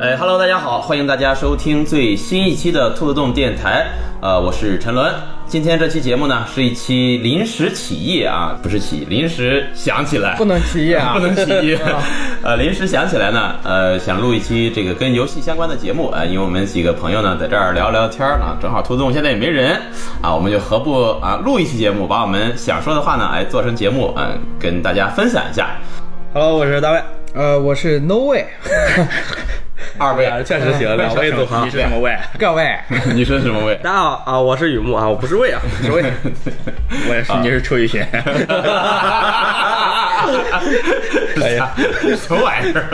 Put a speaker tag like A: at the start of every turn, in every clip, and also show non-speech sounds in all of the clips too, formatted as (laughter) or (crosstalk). A: 哎，Hello，大家好，欢迎大家收听最新一期的兔子洞电台。呃，我是陈伦。今天这期节目呢，是一期临时起意啊，不是起，临时想起来，
B: 不能起夜 (laughs) 啊，
A: (laughs) 不能起
C: (laughs)
A: 意。呃，临时想起来呢，呃，想录一期这个跟游戏相关的节目啊、呃因为我们几个朋友呢在这儿聊聊天儿啊呢，正好兔子洞现在也没人啊，我们就何不啊录一期节目，把我们想说的话呢，哎，做成节目，嗯、跟大家分享一下。
C: Hello，我是大卫。
B: 呃，我是 No Way， (laughs)
A: 二位，
C: 哎确实行，两位组合
A: 你。是什么位？
B: 各位，
A: (laughs) 你是什么
C: (laughs)
A: 位？
C: 大家好啊，我是雨木啊，我不是魏啊，不是魏，
D: 我也是，你是邱雨贤，
A: 哎呀，什么玩意儿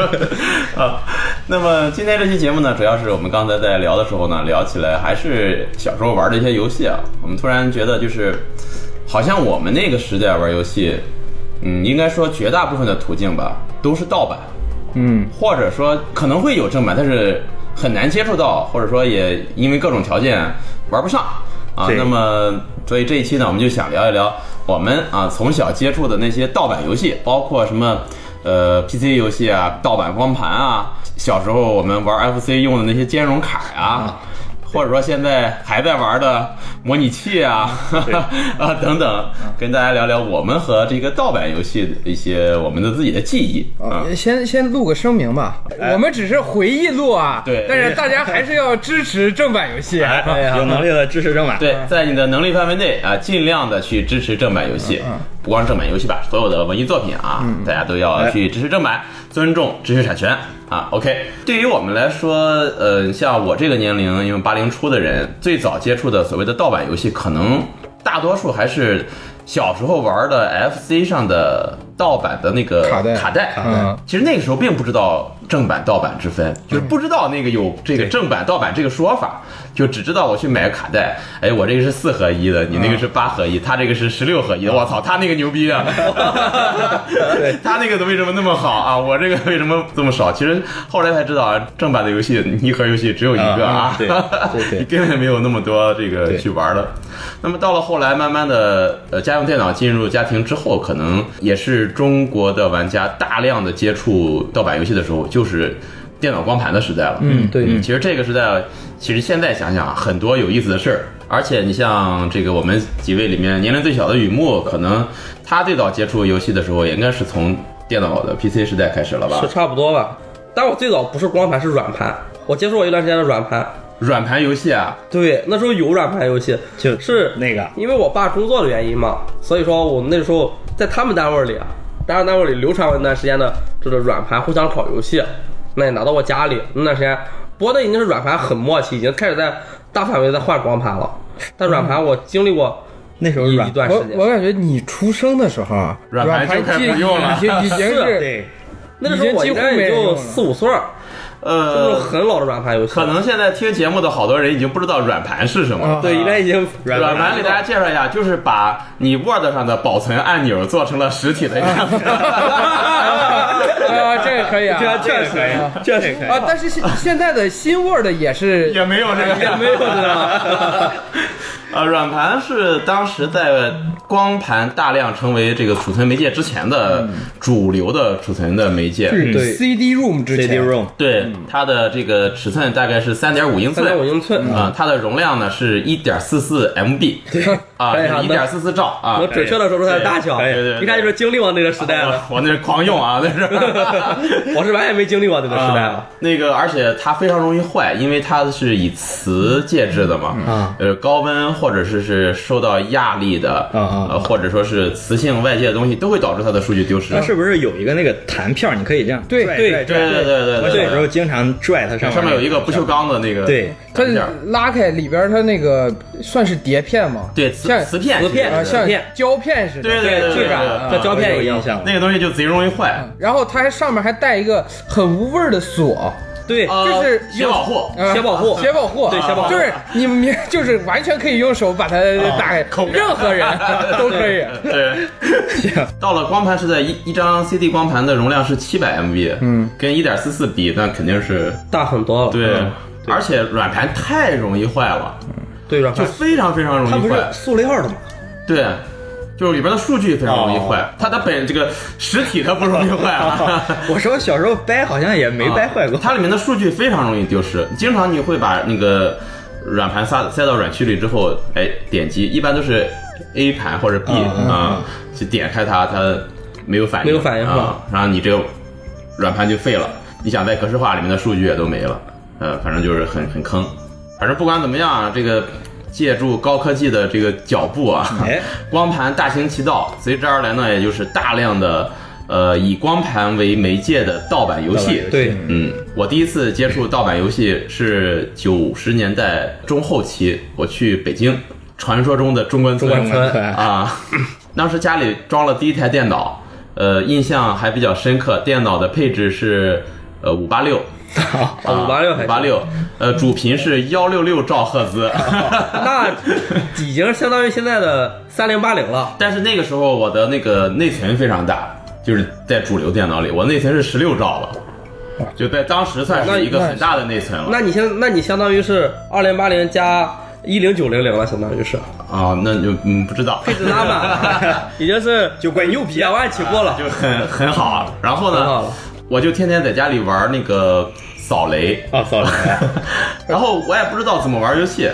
A: 啊？那么今天这期节目呢，主要是我们刚才在聊的时候呢，聊起来还是小时候玩的一些游戏啊。我们突然觉得，就是好像我们那个时代玩游戏，嗯，应该说绝大部分的途径吧，都是盗版，
B: 嗯，
A: 或者说可能会有正版，但是很难接触到，或者说也因为各种条件玩不上啊。
D: 对
A: 那么，所以这一期呢，我们就想聊一聊我们啊从小接触的那些盗版游戏，包括什么呃 PC 游戏啊、盗版光盘啊，小时候我们玩 FC 用的那些兼容卡呀、或者说现在还在玩的模拟器啊 (laughs) 啊等等，跟大家聊聊我们和这个盗版游戏的一些我们的自己的记忆啊。
B: 呃先先录个声明吧，
C: 哎
B: 我们只是回忆录啊，
A: 对
B: 但是大家还是要支持正版游戏。
A: 哎
D: 有能力的支持正
B: 啊
D: 版。
A: 对，在你的能力范围内啊，尽量的去支持正版游戏，
B: 嗯
A: 不光是正版游戏吧，所有的文艺作品啊，大家都要去支持正
B: 哎
A: 版，尊重知识产权啊。OK，对于我们来说，呃，像我这个年龄，因为八零初的人，最早接触的所谓的盗版游戏，可能大多数还是小时候玩的 FC 上的盗版的那个
B: 卡带
A: 卡
D: 啊
A: 带，
B: 嗯
A: 其实那个时候并不知道正版盗版之分，就是不知道那个有这个正版盗版这个说法，就只知道我去买个卡带，哎，我这个是四合一的，你那个
D: 嗯
A: 是八合一，他这个是十六合一的，我操，他那个牛逼
D: (laughs)
A: 啊！他那个为什么那么好啊？我这个为什么这么少？其实后来才知道啊，正版的游戏一盒游戏只有一个啊，
D: 嗯对对对
A: 你根本没有那么多这个去玩的。那么到了后来，慢慢的，呃，家用电脑进入家庭之后，可能也是中国的玩家大量的接触盗版游戏的时候，就是电脑光盘的时代了。嗯，
B: 对
A: 其实这个时代，其实现在想想啊很多有意思的事儿。而且你像这个我们几位里面年龄最小的雨木，可能他最早接触游戏的时候，也应该是从电脑的 PC 时代开始了吧
C: 是？差不多吧。但我最早不是光盘，是软盘，我接触过一段时间的软盘。
A: 软盘游戏啊，
C: 对，那时候有软盘游戏，
D: 就是那个
C: 因为我爸工作的原因嘛，所以说我那时候在他们单位里啊，单位单位里流传过一段时间的这个软盘互相考游戏，那也拿到我家里那段时间，不过那已经是软盘很末期，已经开始在大范围在换光盘了。但软盘我经历过
D: 那时候
C: 一
D: 软
C: 一段
B: 我
C: 时间，
B: 我感觉你出生的时候啊，
A: 软
B: 软
A: 盘就开
B: 机
A: 始不用了
B: 已经已经是
D: 对，
C: 那个时候我应该也就四五岁儿，就是
A: 呃，
C: 很老的软盘游戏。
A: 可能现在听节目的好多人已经不知道软盘是什么了。
B: 啊
C: 对，应该已经
D: 软
A: 软盘给大家介绍一下，就是把你 Word 上的保存按钮做成了实体的 (laughs) 样子。
B: 啊，这个可以啊，
D: 这个可以，这个可以
B: 啊，但是现现在的新 Word 也是
A: 也没有这个，也没有这 (laughs) 个。呃，软盘是当时在光盘大量成为这个储存媒介之前的主流的储存的媒介。
B: 是
C: 对
B: CD room 之前
D: CD room
A: 对，它的这个尺寸大概是三点五英寸，
C: 三点五英寸，
A: 啊，它的容量呢是一点四四 MB，啊，
C: 哎呀
A: 一点四四兆啊，
C: 能准确的说出它的大小，
A: 哎对对对对
C: 一看就是经历过那个时代了。
A: 我我那是狂用啊，那是。 (laughs)
C: 我是完全没经历过那个时代
A: 啊
C: 了。，
A: 那个，而且它非常容易坏，因为它是以磁介质的嘛，
D: 啊
A: 呃，高温或者是是受到压力的，
D: 啊啊
A: 呃，或者说是磁性外界的东西，都会导致它的数据丢失
D: 它。啊是不是有一个那个弹票？你可以这样
B: 对
D: 拽
B: 对
D: 拽
A: 对
D: 拽。
A: 对对对
D: 我
A: 对，
D: 小时候经常拽它上
A: 上面有一
D: 个
A: 个不锈钢的那个
D: 对
B: 它
A: 弹片儿
B: 拉开里边儿它那个算是碟片吗？
A: 对磁
B: 像
A: 磁片
C: 磁片
B: 啊，
A: 其实是
B: 像
C: 磁片
B: 胶片似的，
A: 对对对
B: 质感
A: 对对
B: 啊
C: 像胶片一
D: 有
C: 样
D: 印。象了
A: 那个东西就贼容易坏，
B: 然后它还上面还带一个很无味儿的锁，
C: 对，
A: 呃
B: 就是
A: 铁保护。
B: 呃
C: 小保护
B: 铁保护，
C: 对小保护
B: 就是你明，就是完全可以用手把它打开
A: 抠，
B: 任何
A: (laughs)
B: 人都可以。
A: 啊对，到了光盘时代，一一张 CD 光盘的容量是七百 MB，嗯，跟一点四四比，那肯定是
C: 大很多了。
A: 对
C: 嗯，
A: 而且软盘太容易坏了，
C: 对，软
A: 就
C: 盘
A: 非常非常容
D: 它不
A: 易
D: 是
A: 坏。
D: 塑料的吗？
A: 对，就是里边的数据非常容易坏，它的本这个实体它不容易坏啊。
D: 我说小时候掰好像也没掰坏过，
A: 它里面的数据非常容易丢失，经常你会把那个软盘塞塞到软区里之后，哎，点击一般都是 A 盘或者 B
D: 嗯嗯
A: 啊、去点开它，它没有反应，
C: 没有反应是吧
A: 啊，然后你这个软盘就废了，你想在格式化里面的数据也都没了，呃，反正就是很很坑，反正不管怎么样啊，这个。借助高科技的这个脚步啊，
D: 哎
A: 光盘大行其道，随之而来呢，也就是大量的呃以光盘为媒介的盗版游戏，
D: 对，
A: 嗯，我第一次接触盗版游戏是九十年代中后期，我去北京，传说中的中关村
C: 中关村
D: 村
A: 啊， (coughs) 当时家里装了第一台电脑，呃，印象还比较深刻，电脑的配置是呃五八六。
C: 啊五八六还
A: 五八六，呃，主频是幺六六兆赫兹， (laughs)
C: 那已经相当于现在的三零八零了。
A: 但是那个时候我的那个内存非常大，就是在主流电脑里，我内存是十六兆了，就在当时算
C: 那
A: 是一个
B: 那
A: 很大的内存了。
C: 那你现那你相当于是二零八零加一零九零零了，相当
A: (laughs)
C: 于是
A: 啊，那就嗯不知道，
C: 配置拉满，已经是
D: 就怪牛逼
A: 啊
C: 两万起步
A: (laughs)
C: 了
A: 就。很很好。然后
C: 很好
A: 呢
C: 了，
A: 我就天天在家里玩那个扫雷， (laughs)
D: 啊！扫雷，
A: 然后我也不知道怎么玩游戏。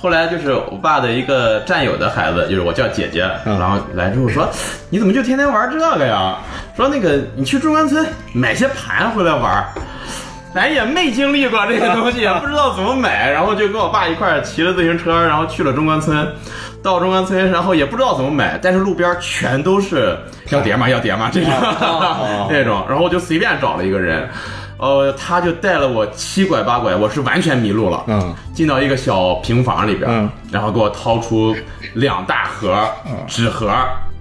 A: 后来就是我爸的一个战友的孩子，就是我叫姐姐，
D: 嗯
A: 然后来之后说：“你怎么就天天玩这个呀？”说那个你去中关村买些盘回来玩。咱也没经历过这个东
B: (laughs)
A: 西，也不知道怎么买，然后就跟我爸一块儿骑着自行车，然后去了中关村。到中关村，然后也不知道怎么买，但是路边全都是要碟吗？要碟吗？这种、
B: 啊
A: (laughs) 那种，然后我就随便找了一个人，呃，他就带了我七拐八拐，我是完全迷路了。
D: 嗯，
A: 进到一个小平房里边，
D: 嗯
A: 然后给我掏出两大盒纸盒，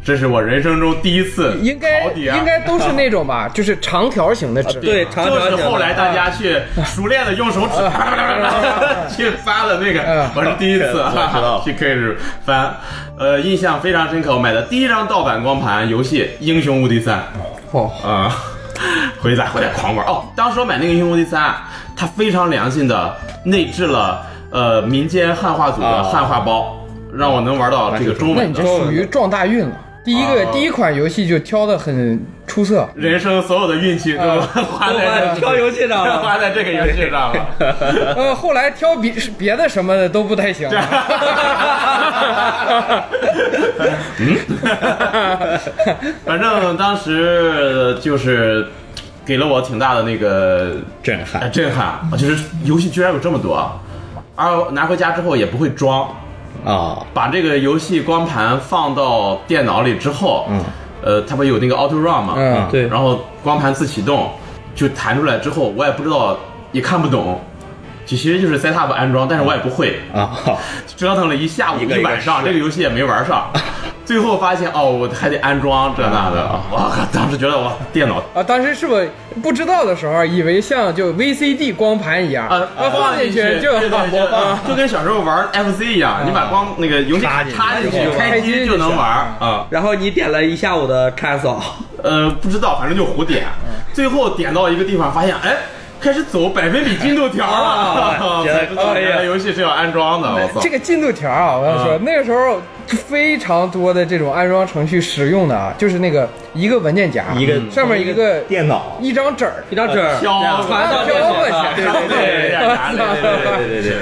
A: 这是我人生中第一次
B: 嗯应该
A: 淘啊碟。
B: 应该都是那种吧，就是长条形的
A: 啊
B: 纸。
C: 对，长条
A: 就
C: 形
A: 是
C: 的
A: 后来大家去熟练的用手指 (laughs) 去翻的那个
B: 嗯，
A: 我是第一次
D: 我知道
A: (laughs) 去开始翻，呃，印象非常深刻。我买的第一张盗版光盘游戏《英雄无敌三》
C: 哦
A: 啊， (laughs) 回家回来狂玩哦。当时我买那个《英雄无敌三》，啊它非常良心的内置了呃民间汉化组的
D: 哦
A: 汉化包，让我能玩到这个中
B: 那
A: 文
B: 你这
A: 的。
B: 属于撞大运了。第一个
A: 啊
B: 第一款游戏就挑的很出色，
A: 人生所有的运气都
B: 啊
A: 花
C: 都
A: 在
C: 把
A: 这
C: 挑游戏上了。
A: 花在这个游戏上了。
B: 呃，后来挑别别的什么的都不太行。
A: (laughs) (laughs) 反正当时就是给了我挺大的那个
D: 震
A: 呃
D: 撼，
A: 震撼，就是游戏居然有这么多啊，而拿回家之后也不会装，
D: 啊！
A: 把这个游戏光盘放到电脑里之后，
D: 嗯，
A: 呃，它不有那个 Auto Run 嘛，
B: 嗯，
C: 对
A: 然后光盘自启动就弹出来之后，我也不知道，也看不懂。其实就是 setup 安装，但是我也不会，
D: 啊，
A: 折腾了一下午
D: 一个一个
A: 晚上，
D: 试
A: 这个游戏也没玩
D: (laughs)
A: 上。最后发现哦，我还得安装这那的，
D: 啊
A: 我靠！当时觉得我电脑
B: 啊，当时是我不知道的时候，以为像就 VCD 光盘一样，
A: 啊
B: 啊放进去就
A: 这东西
B: 播放。
A: 呃就跟小时候玩 FC 一样，你把光那个游戏
D: 插进去嗯
A: 插进去
B: 啊就，玩
A: 开机就能玩啊。
C: 然后你点了一下午的看扫，
A: 呃，不知道，反正就胡点，
B: 嗯
A: 最后点到一个地方，发现哎。开始走百分比进度条了， (laughs)
D: 啊
A: 才知道原来游戏是要安装的。我操！
B: 这个进度条啊，我要说、
A: 啊
B: 那个时候非常多的这种安装程序使用的啊，就是那个一个文件夹，
D: 一个
B: 上面一个
D: 电脑，
B: 一张纸儿，
C: 一张纸
A: 飘
B: 啊
C: 传到
B: 飘
C: 电
B: 过
C: 脑
B: 去
C: 上
A: 对
B: 对
A: 对对对对对。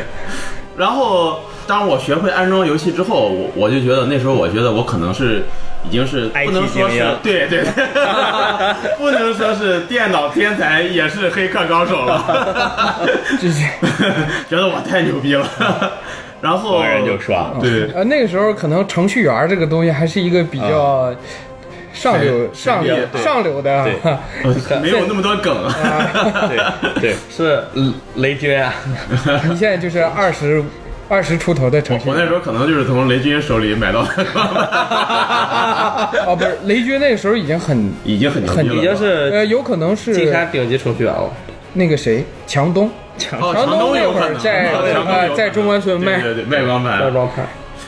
A: 然后，当我学会安装游戏之后，我我就觉得那时候，我觉得我可能是已经是
D: IT
A: 不能说
D: 精
A: 是
D: 英
A: 对对，对不能说是电脑天才，也是黑客高手了，
B: 这是
A: 觉得我太牛逼了。然后
D: 有人就刷
A: 对，
B: 呃那个时候可能程序员这个东西还是一个比较上流、上流
A: 神秘对
B: 上流的
D: 对
B: 啊，
A: 没有那么多梗。
D: (laughs) 对对，
C: 是雷
D: (laughs)
C: 军啊，
B: 你现在就是二十二十出头的程序
A: 我
B: 员。
A: 那时候可能就是从雷军手里买到
B: (laughs)
A: 的，
B: 哦，不是，雷军那个时候已经很，
A: 已经很牛逼了，
C: 已经是
B: 呃，有可能是
C: 金山顶级程序员了。那
B: 那个谁，强东，
D: 强
A: 哦，
B: 强
A: 东有
B: 东那会
A: 可
B: 儿
A: 能啊
B: 在
A: 强东有可
B: 呃
A: 能
B: 在中关村卖
A: 对对对卖光
C: 张
A: 盘。
C: 装盘，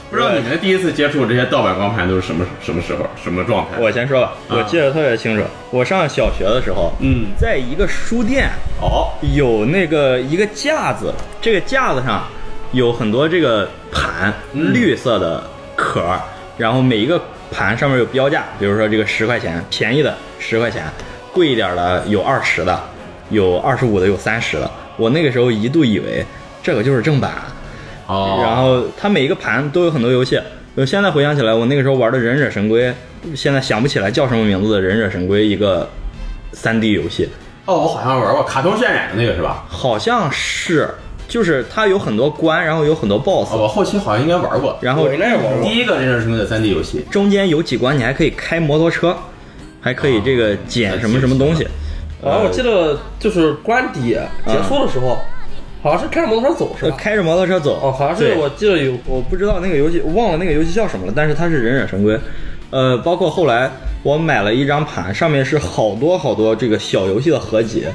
A: 不知道你们第一次接触这些盗版光盘都是什么什么时候、什么状态？
D: 我先说吧，我记得特别清楚，我上小学的时候，
A: 嗯，
D: 在一个书店
A: 哦，
D: 有那个一个架子，这个架子上嗯有很多这个盘，绿色的壳儿，然后每一个盘上面有标价，比如说这个十块钱，便宜的十块钱，贵一点的有二十的，有二十五的，有三十的。我那个时候一度以为这个就是正版，
A: 哦，
D: 然后它每一个盘都有很多游戏。我现在回想起来，我那个时候玩的《忍者神龟》，现在想不起来叫什么名字的《忍者神龟》一个 3D 游戏，
A: 哦，我好像玩过卡通渲染的那个是吧？
D: 好像是，就是它有很多关，然后有很多 BOSS，、
A: 哦，我后期好像应该玩过。
D: 然后
C: 我应该也玩过
A: 第。一个忍者神龟的 3D 游戏，
D: 中间有几关你还可以开摩托车，还可以这个
C: 啊
D: 捡什么什么东西。
C: 好像我记得就是关底结束的时候，好像是开着摩托车走是
D: 呃
C: 吧？
D: 开着摩托车走，
C: 哦，好像是
D: 对
C: 我记得有
D: 我不知道那个游戏，忘了那个游戏叫什么了，但是它是忍者神龟。呃，包括后来我买了一张盘，上面是好多好多这个小游戏的合集，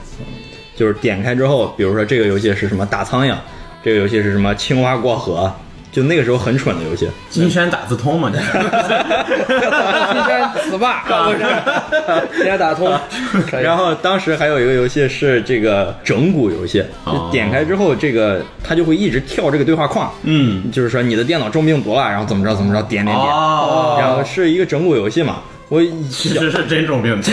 D: 就是点开之后，比如说这个游戏是什么打苍蝇，这个游戏是什么青蛙过河，就那个时候很蠢的游戏。
A: 金山打字通嘛，你
B: 金山词霸，
C: 今天打通，
D: 然后当时还有一个游戏是这个整蛊游戏，
A: 哦
D: 就点开之后，这个它就会一直跳这个对话框，
A: 嗯，
D: 就是说你的电脑中病毒了，然后怎么着怎么着，点点点，
A: 哦，
D: 然后是一个整蛊游戏嘛。我
A: 其实 (laughs) 是真种病毒。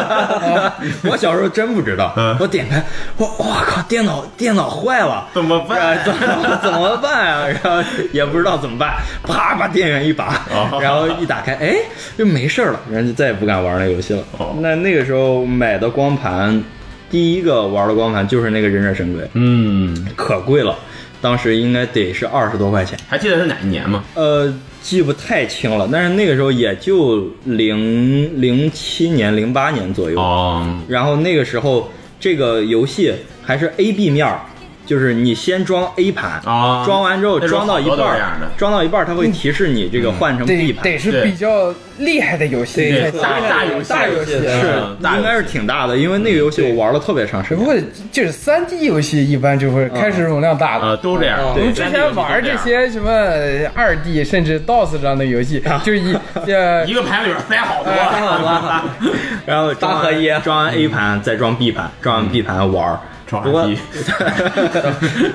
D: (laughs) 我小时候真不知道
A: 嗯，
D: 我点开，我我靠，电脑电脑坏了，
A: (laughs) 怎么办
D: 然后怎么怎么办啊？然后也不知道怎么办，啪把电源一拔
A: 哦，
D: 然后一打开，哎，就没事儿了，然后就再也不敢玩那游戏了
A: 哦。
D: 那那个时候买的光盘，第一个玩的光盘就是那个《忍者神龟》，
A: 嗯，
D: 可贵了，当时应该得是二十多块钱，
A: 还记得是哪一年吗？
D: 呃，记不太清了，但是那个时候也就零零七年、零八年左右。
A: 哦，
D: 然后那个时候这个游戏还是 A B 面儿，就是你先装 A 盘
A: 啊
D: 装完之后
A: 那时候
D: 装到一
A: 好
D: 半
A: 多都这样的嗯
D: 儿，装到一半儿它会提示你这个换成 B
B: 这
D: 盘，
B: 得是
A: 对
B: 比较厉害的游戏才
A: 对
B: 行。
A: 大大游戏，
B: 大游戏
A: 嗯大游戏
D: 应该是挺大的，因为那个游戏我玩了特别长时
B: 只不
D: 间。
C: 嗯
B: 过就是三 D 游戏一般就会开始容量大的。
A: 呃都这样。
C: 嗯
B: 我
A: 对
B: 们之前玩这，些什么二 D 甚至 DOS 这样的游戏，就是一呃
A: (laughs) 一个盘里边塞好多。 (laughs)
D: 然后装
C: 大合一啊
D: 完装完 A 盘再装 B 盘，装完 B 盘玩儿。
A: 装
D: 不过
A: 完 B，
D: (laughs)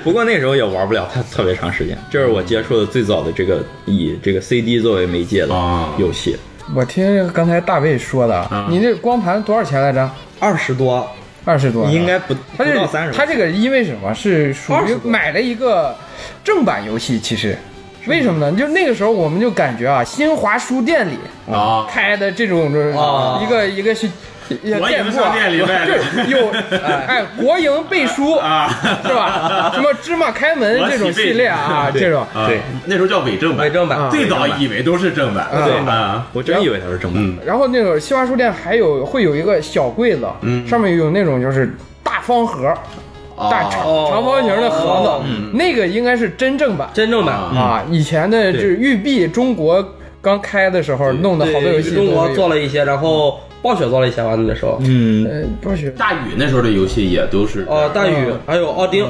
D: 不过那时候也玩不了它特别长时间。这是我接触的最早的这个以这个 CD 作为媒介的
A: 啊
D: 游戏，
B: 我听刚才大卫说的啊
A: 嗯，
B: 你那光盘多少钱来着？
D: 二十多，
B: 二十多，
D: 应。该不
B: 他
D: 不
B: 这
D: 到三十。
B: 他这个因为什么是属于
C: 20多
B: 买了一个正版游戏，其实为什么呢？就那个时候我们就感觉啊，新华书店里
A: 啊，
B: 开的这种就是
C: 啊
B: 一个一个是一个
A: 国
B: 店
A: 营
B: 铺啊
A: 商，店里卖的
B: 对，有哎国营背书
A: 啊
B: 是吧？什么芝麻开门这种系列啊，
A: 我喜
B: (laughs) 这种嗯
A: 啊
D: 对，
A: 那时候叫伪正版，
C: 伪正版
A: 啊最早以为都是正版，
B: 对
A: 啊，
D: 我真以为它是正版。
A: 嗯
B: 然后那个新华书店还有会有一个小柜子，
A: 嗯
B: 上面有那种就是大方盒、大
A: 啊
B: 长
C: 哦
B: 长方形的盒
C: 哦
B: 子，那个应该是真正版
C: 真正版
A: 啊
B: 啊。以前的就
D: 对
B: 是育碧中国刚开的时候弄的好多游戏，
C: 中国做，了一些，然后暴雪做了一些吧，那时候，
D: 嗯，
B: 呃，暴雪。
A: 大宇那时候的游戏也都是这样
C: 哦，大宇
B: 嗯
C: 还有奥丁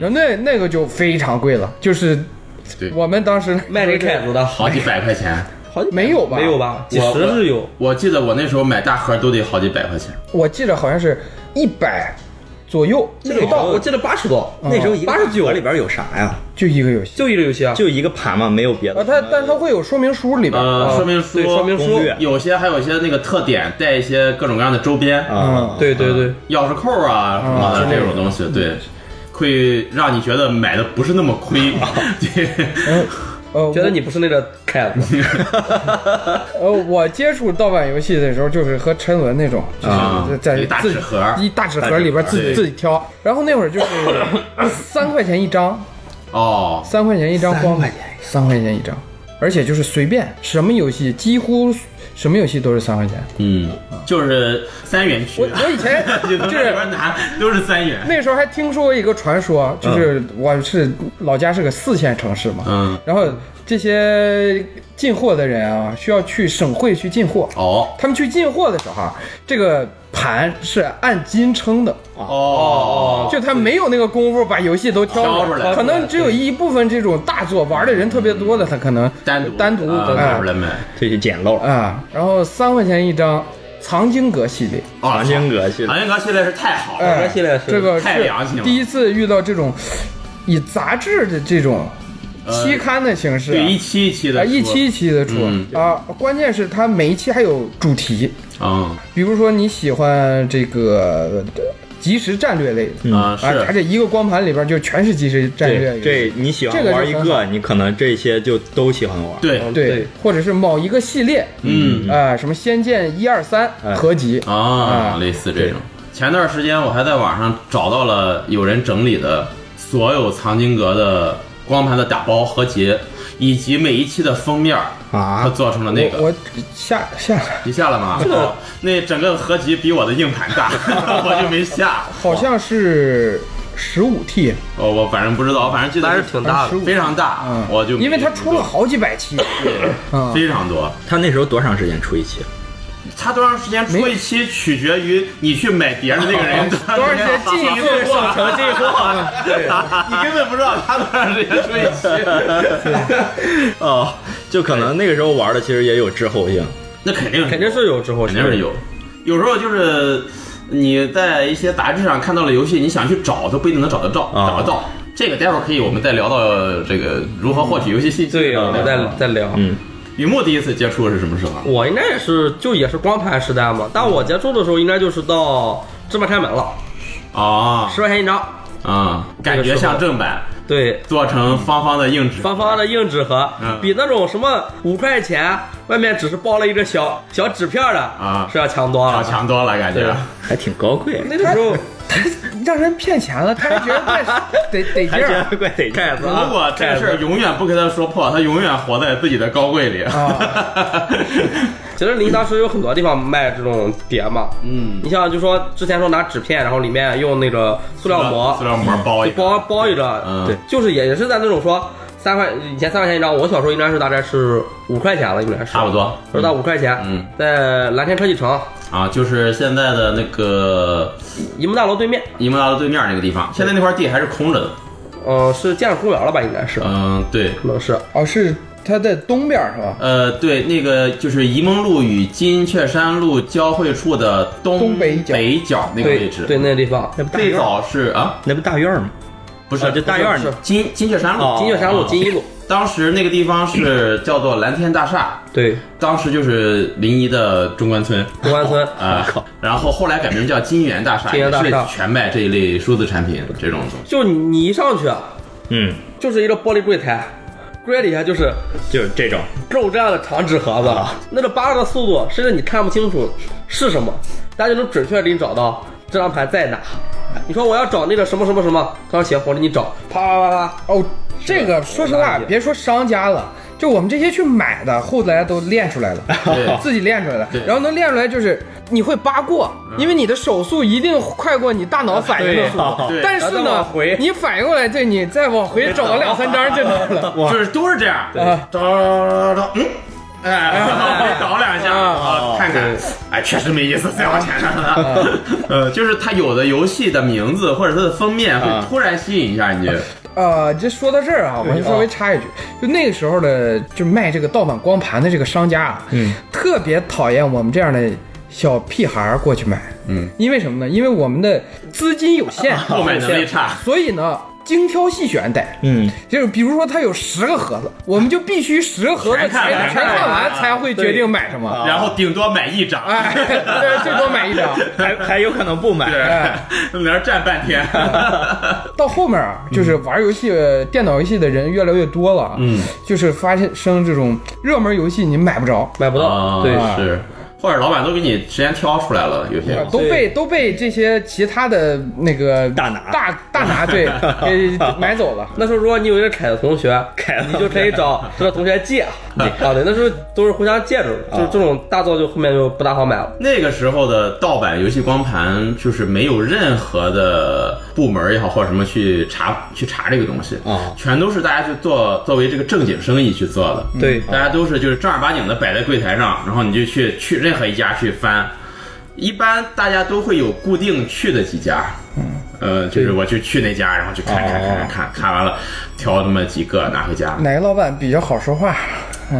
B: 然后那那个就非常贵了，就是
A: 对
B: 我们当时
C: 卖这个凯子的，
A: 好几百块钱。
C: 好几
B: 没有吧
C: 没有吧？几
A: 我
C: 十是有，
A: 我记得我那时候买大盒都得好几百块钱。
B: 我记得好像是一百左右，
C: 没到，我记得八十多，
D: 那时候一个
C: 八十九
D: 盘里边有啥呀？
B: 就一个游戏。
C: 就一个游戏啊，
D: 就一个盘嘛，没有别
B: 啊，
D: 的。
B: 它但它会有说明书里边，啊
A: 呃，说明书，
C: 对说明书
D: 攻略
A: 有些还有一些那个特点，带一些各种各样的周边，
D: 啊，
C: 对对对，
A: 钥匙扣啊什么
B: 哦
A: 的这种东西，对，会让你觉得买的不是那么亏。
B: 哦
A: (laughs) 对，
B: 呃，
C: 觉得你不是那个凯子，
B: 呃，我接触盗版游戏的时候，就是和陈文那种，
A: 啊
B: 就是在
A: 一大
B: 自己
A: 纸盒
B: 一大纸盒里边自
A: 对
B: 己自己挑。然后那会儿就是三块钱一张，
A: 哦，
B: 三块钱一张光
D: 3块
B: 盘
D: 钱，
B: 三块钱一张，而且就是随便什么游戏，几乎什么游戏都是三块钱。
A: 嗯，就是三元啊区
B: 我，我以前
A: (laughs) 就
B: 就
A: 从那
B: 是
A: 里边拿都是三元。
B: 那时候还听说过一个传说，就是我是老家是个四线城市嘛，
A: 嗯，
B: 然后这些进货的人啊，需要去省会去进货。
A: 哦
B: 他们去进货的时候啊，这个盘是按斤称的，
A: 哦
B: 就他没有那个功夫把游戏都挑
A: 挑出来
B: 可能只有一部分这种大作玩的人特别多的，他可能
A: 单独
B: 单独哎
A: 啊拿出来买，
D: 这就捡漏了。
B: 啊，然后三块钱一张，藏经阁系列。
A: 哦
D: 藏经阁系列
A: 藏经阁系列是太好了，
B: 哎
C: 系列是
B: 这个
A: 太良心
B: 是
A: 了
B: 第一次遇到这种以杂志的这种期刊的形式啊，
A: 呃对一期一期
B: 啊
A: 的，
B: 一期一期的出
A: 嗯
B: 啊。关键是它每一期还有主题，
A: 啊
B: 比如说你喜欢这个呃即时战略类的
A: 啊
B: 啊，而
A: 是
B: 且一个光盘里边就全是即时战略
D: 这
B: 类的。
D: 这你喜欢
B: 这个就
D: 玩一
B: 很好
D: 个，你可能这些就都喜欢玩。
A: 对，
B: 对，或者是某一个系列，
A: 嗯
B: 啊，什么《仙剑一二三
D: 哎》
B: 合集，
A: 啊，
B: 啊
A: 类似这种。前段时间我还在网上找到了有人整理的所有藏经阁的光盘的打包合集，以及每一期的封面儿，他
D: 啊，
A: 做成了那个。
B: 我我下下来，
A: 你下了吗？哦那整个合集比我的硬盘大， (laughs) 我就没下。
B: 好像是十五 T，
A: 哦，我反正不知道，我反正记得
C: 但是挺大的
B: 15
A: 非常大，
B: 嗯，
A: 我就
B: 因为它出了好几百期，啊，
A: 非常多。
D: 他那时候多长时间出一期？
A: 他多长时间出一期，取决于你去买碟儿的那个人多
B: 长时间
A: (laughs)
B: 进一次
A: 货成进货，
C: (laughs)
A: 对，你根本不知道他多长时间出一期。
D: 哦，就可能那个时候玩的其实也有滞后性。
A: (laughs) 那肯定
C: 肯定是有之后，
A: 肯定是有，有时候就是你在一些杂志上看到了游戏，你想去找都不一定能找得到，
D: 啊
A: 找得到。这个待会儿可以，我们再聊到这个如何获取游戏信息。
C: 对呀，
A: 啊
C: 我们再再聊。
D: 嗯，
A: 雨木第一次接触是什么时候啊？
C: 我应该也是，就也是光盘时代嘛，但我接触的时候应该就是到芝麻开门了，
A: 啊
C: 十块钱一张。
A: 啊，感觉像正版，
C: 对，
A: 做成方方的硬纸，
C: 方方的硬纸盒，
A: 嗯
C: 比那种什么五块钱外面只是包了一个小小纸片的
A: 啊
C: 是要强多
A: 要
C: 了。
A: 强多了，感觉
C: 对。
D: 还挺高贵，
C: 那个时候
B: (laughs) 他让人骗钱了，他还觉得他得得劲
D: 还觉
B: 儿
D: 得怪得劲。
C: 盖子
A: 如
C: 啊，
A: 果这
C: 盖
A: 个事
C: 子
A: 儿永远不跟他说破，他永远活在自己的高柜里。
B: 啊
C: 其实临沂当时有很多地方卖这种碟嘛，
A: 嗯，
C: 你像就说之前说拿纸片，然后里面用那个塑料膜，
A: 塑料膜包一
C: 就
A: 个
C: 包包一个，
A: 嗯
C: 对，就是也也是在那种说三块以前三块钱一张，我小时候应该是大概是五块钱了，应该是
A: 差不，多。
C: 不到五块钱，
A: 嗯，
C: 在蓝天科技城
A: 啊，就是现在的那个呃
C: 银幕大楼对面，
A: 伊木大楼对面那个地方，现在那块地还是空着的。
C: 嗯、是建设公园了吧，应该是，
A: 嗯，对，
C: 可能是，
B: 哦，是他在东边是吧？
A: 呃，对，那个就是沂蒙路与金雀山路交汇处的东
B: 东北角
A: 北角那个位
C: 对
A: 置。
C: 对，那个地方，
D: 那不大
A: 最
D: 院儿，
A: 早是啊，
D: 那不大院儿吗？
A: 不
D: 啊
A: 是，
D: 就大院儿里
C: 是
A: 金金雀山路。
D: 哦
C: 金雀山路、金一路，
A: 当时那个地方是叫做蓝天大厦，
C: 对，
A: 当时就是临沂的中关村。
C: 中关村，
A: 啊、
D: 靠
A: 然后后来改名叫金源大厦，
C: 金
A: 也
C: 源大
A: 是
C: 厦
A: 全卖这一类数字产品这种东西。
C: 就你一上去啊，
D: 嗯，
C: 就是一个玻璃柜台，柜底下就是
D: 就是这种。
C: 肉这样的长纸盒子，啊那个扒拉的速度，甚至你看不清楚是什么，大家就能准确地给你找到这张牌在哪。你说我要找那个什么什么什么，他说行，我给你找，啪啪啪啪，
B: 哦，这个说实话，
C: 我理解
B: 别说商家了，就我们这些去买的，后来都练出来了。
A: 对
B: (laughs) 自己练出来的
A: 对，
B: 然后能练出来就是你会扒过，因为你的手速一定快过你大脑反应的速度
A: 对。
B: 但是
C: 然后再
B: 呢
C: 往回，
B: 你反应过来，对你再往回找个两三张就能了。
A: 就是都是这样，对
B: 啊
A: 找找找，嗯。哎，往回倒两下，啊，看看，哎，确实没意思，再往前看看。
C: 啊
A: (laughs) 呃，就是它有的游戏的名字或者它的封面
C: 啊
A: 会突然吸引一下你。
B: 呃，这说到这儿啊，我就稍微插一句，就那个时候的，就卖这个盗版光盘的这个商家啊，嗯，特别讨厌我们这样的小屁孩儿过去买，嗯，因为什么呢？因为我们的资金有
A: (laughs)
B: 限，
A: 购买能力差
B: 所以呢，精挑细选得，
D: 嗯，
B: 就是比如说它有十个盒子，我们就必须十个盒子
A: 全看
B: 全
A: 完啊
B: 全看完才会决定买什
C: 啊
B: 么。
A: 然后顶多买一张，
B: 哎，对最多买一张。
D: 还还有可能不买。 (laughs)
B: 哎
A: 对， (laughs) 在那站半天。
C: 啊
B: 到后面啊，就是玩游戏、电脑游戏的人越来越多了，
A: 嗯，
B: 就是发现生这种热门游戏你买不着，
C: 买不到，
A: 啊，
C: 对，
A: 是，或者老板都给你时间挑出来了，有些
B: 都被都被这些其他的那个
D: 大拿
B: 大大拿对给买走了。
C: 那时候如果你有一个凯的同学，
D: 凯的
C: 你就可以找这个同学借啊。对，那时候都是互相借着的，就是这种大作就后面就不大好买了。
A: 那个时候的盗版游戏光盘，就是没有任何的部门也好或者什么去查去查这个东西
D: 啊
A: 全都是大家去做作为这个正经生意去做的。
C: 对
A: 大家都是就是正儿八经的摆在柜台上，然后你就去去任何一家去翻，一般大家都会有固定去的几家。呃，就是我就去那家，然后去看看看看看，看完了挑那么几个拿回家，
B: 哪个老板比较好说话？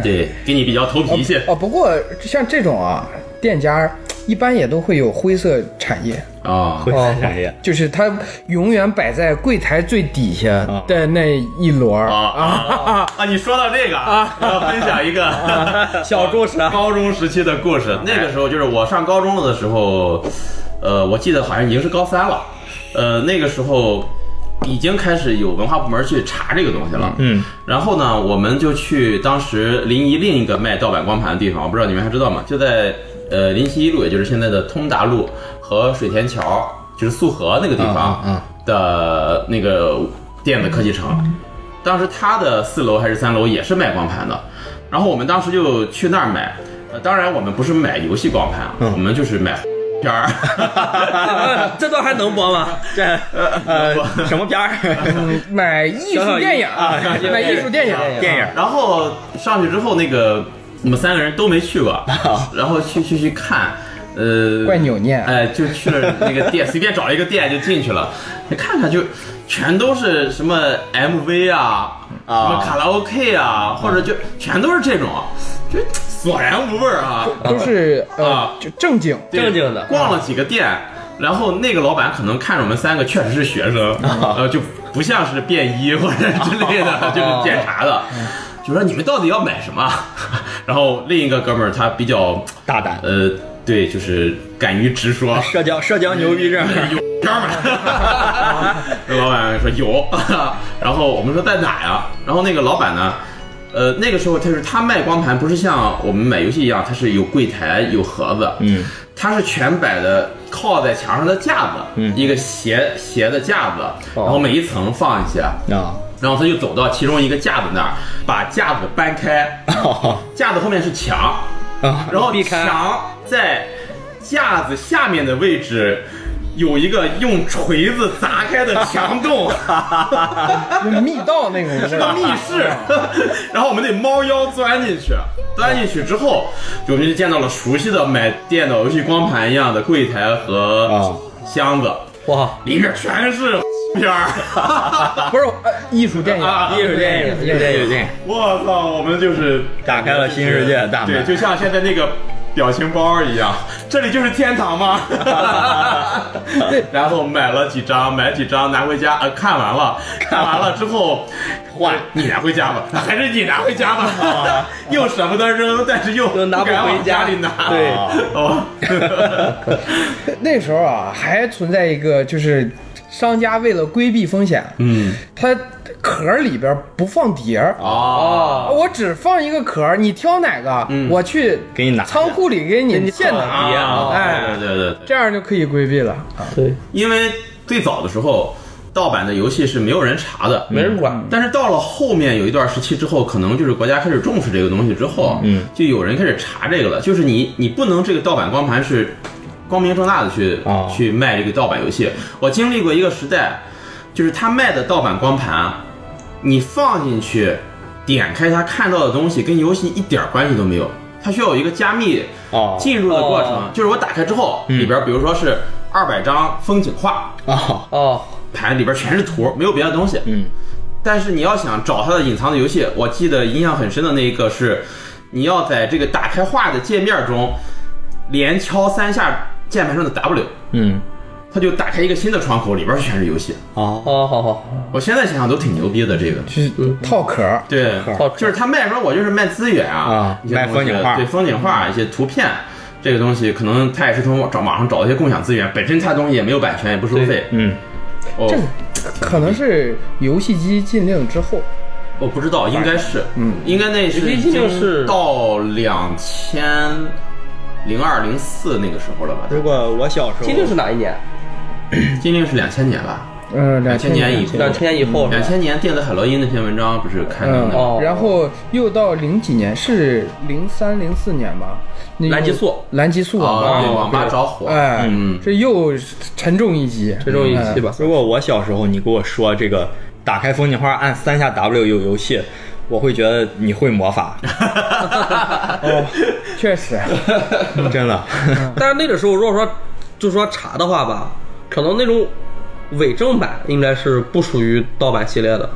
A: 对，给你比较头皮去。
B: 哦，不过像这种啊，店家一般也都会有灰色产业，
A: 啊
D: 会三产业。
B: 就是它永远摆在柜台最底下的那一摞儿
A: 啊啊啊！你说到这个，我要分享一个
C: 小故啊事
A: (laughs)
C: 啊
A: 高中时期的故事。那个时候就是我上高中了的时候，呃，我记得好像已经是高三了，呃，那个时候已经开始有文化部门去查这个东西了。
D: 嗯，
A: 然后呢，我们就去当时临沂另一个卖盗版光盘的地方，我不知道你们还知道吗？就在呃临沂一路，也就是现在的通达路和水田桥，就是溯河那个地方
D: 嗯嗯
A: 的那个电子科技城。当时他的四楼还是三楼也是卖光盘的，然后我们当时就去那儿买。呃，当然我们不是买游戏光盘，我们就是买片儿。
C: (laughs)
A: (laughs)
C: 这段还能播吗？
D: 这呃什么片儿？
B: 嗯买艺
C: 小
B: 术
C: 小
B: 电
C: 一
B: 影儿，买艺术电影儿，
D: (laughs) 电影
A: 然后上去之后，那个我们三个人都没去过，然后去去去看，呃，
B: 怪扭啊捏
A: 哎，就去了那个店，随便找了一个店就进去了，看看就全都是什么 MV 啊，什么卡拉 OK 啊，或者就全都是这种，就索然无味儿啊。
B: 都是呃
A: 啊
B: 就正经。
A: 对
C: 正经的
A: 逛了几个店，然后那个老板可能看着我们三个确实是学
C: (laughs)
A: 生，呃，就不像是便衣或者之类
C: (laughs)
A: 的，就是检查
C: 哦
A: 的，就说你们到底要买什么？ (laughs) 然后另一个哥们儿他比较
D: 大胆，
A: 呃，对，就是敢于直说，
D: 社交社交牛逼症。
A: 有片儿吗？
D: (laughs)
A: 那老板说有，然后我们说在哪呀？然后那个老板呢，呃，那个时候他是他卖光盘，不是像我们买游戏一样，他是有柜台有盒子，
D: 嗯，
A: 他是全摆的靠在墙上的架子，
D: 嗯哦
A: 一个斜斜的架子，然后每一层放一些，
D: 啊，
A: 然后他就走到其中一个架子那儿，把架子搬开，架子后面是墙，
D: 啊，
A: 然后
C: 避开
A: 墙在架子下面的位置有一个用锤子砸开的墙洞，
B: 就密道那种
A: (laughs) 是个密
B: (laughs)
A: 室，啊然后我们得猫腰钻进去。钻进去之后，就我们就见到了熟悉的买电脑游戏光盘一样的柜台
D: 啊
A: 和箱子，
C: 哇，
A: 里面全是 (laughs) 片儿。
B: 不是呃艺术电影
A: 啊
D: 艺术电影，艺术电影，
A: 我操，我们就是
D: 打开了新世界大门
A: 对，就像现在那个表情包一样，这里就是天堂吗？然后买了几张，买几张拿回家，呃，看完了，看完了之后。
D: 换
A: 你拿回家吧，还是你拿回家吧，又舍不得扔，但是又
C: 又拿不
A: 敢往
C: 回家
A: 里拿。
C: 对
A: 哦，
B: 那时候啊，还存在一个就是商家为了规避风险，
A: 嗯，
B: 它壳儿里边儿不放碟儿。
A: (laughs) 哦，
B: 我只放一个壳儿，你挑哪个，我去
D: 嗯给你拿
B: 仓库里给你现
C: 放
B: 拿，
C: 碟啊
B: 哎
A: 哦对对对对，
B: 这样就可以规避了。
C: 对，
A: 因为最早的时候，盗版的游戏是没有人查的，
C: 没人管，
A: 但是到了后面有一段时期之后，可能就是国家开始重视这个东西之后，
D: 嗯，
A: 就有人开始查这个了。就是你你不能这个盗版光盘是光明正大的去、
C: 啊
D: 哦
A: 去卖这个盗版游戏。我经历过一个时代，就是他卖的盗版光盘，你放进去，点开它看到的东西跟游戏一点儿关系都没有，它需要有一个加密
D: 哦
A: 进入的过程，
C: 哦
A: 就是我打开之后，里边比如说是二百张风景画
D: 啊，
C: 哦，
A: 盘，里边全是图，没有别的东西，
D: 嗯，
A: 但是你要想找它的隐藏的游戏，我记得印象很深的那一个是，你要在这个打开画的界面中，连敲三下键盘上的 W，
D: 嗯，
A: 它就打开一个新的窗口，里边全是游戏。
D: 哦，
C: 好好好，
A: 我现在想想都挺牛逼的这个。
B: 就是套壳儿，
A: 对
C: 好，
A: 就是他卖什么，我就是卖资源
D: 啊
A: 啊，一些东西
D: 卖风景画
A: 对风景画一些图片。这个东西可能他也是从找网上找一些共享资源，本身它东西也没有版权，也不收费。
D: 嗯，
A: 哦
B: 这，可能是游戏机禁令之后，
A: 我不知道，应该是，
B: 嗯
A: 应该那是
C: 毕
A: 已
C: 竟
A: 经
C: 是
A: 到两千零二零四那个时候了吧？
D: 如果我小时候
C: 金定是哪一年？
A: 禁令是两千年吧？
B: 嗯，两
A: 千
B: 年
A: 年以后，
C: 两千年以后是
A: 两
C: 吧？
A: 千年电子海洛因那篇文章不是看到
B: 哦嗯，
A: 的？
C: 哦
B: 然后又到零几年，是零三零四年吧？那
C: 蓝
B: 又
C: 激素
B: 蓝激素网吧
A: 哦，对，网吧着火，
B: 哎，
A: 嗯
B: 这又沉重一嗯击，
C: 这种一期吧。
D: 如果我小时候你给我说这个打开风景画按三下 W 有游戏，我会觉得你会魔法，
B: 确
C: (laughs)
B: 实，
D: 真的。
C: 但是那个时候如果说就说查的话吧，可能那种伪正版应该是不属于盗版系列的。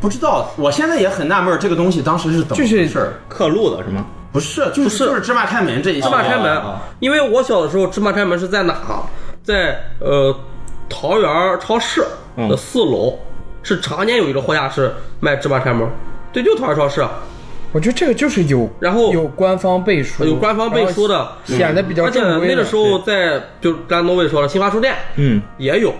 A: 不知道，我现在也很纳闷儿，这个东西当时是怎么
B: 就是
A: 回事儿？
D: 刻录的是吗？
A: 不是，就是
C: 是
A: 就是芝麻开门这一哦
C: 芝麻
A: 系列
C: 开门，
B: 哦
D: 啊
C: 因为我小的时候芝麻开门是在哪儿？在呃桃园超市
B: 嗯
C: 的四楼，是常年有一个货架是卖芝麻开门，对，就桃园超市，啊
B: 我觉得这个就是有，
C: 然后
B: 有官方背书，
C: 有官方背书的
B: 然后哎显得比较
C: 而且
B: 正规的。
C: 那个时候在就刚才东卫说了，新华书店
D: 嗯，
C: 也有，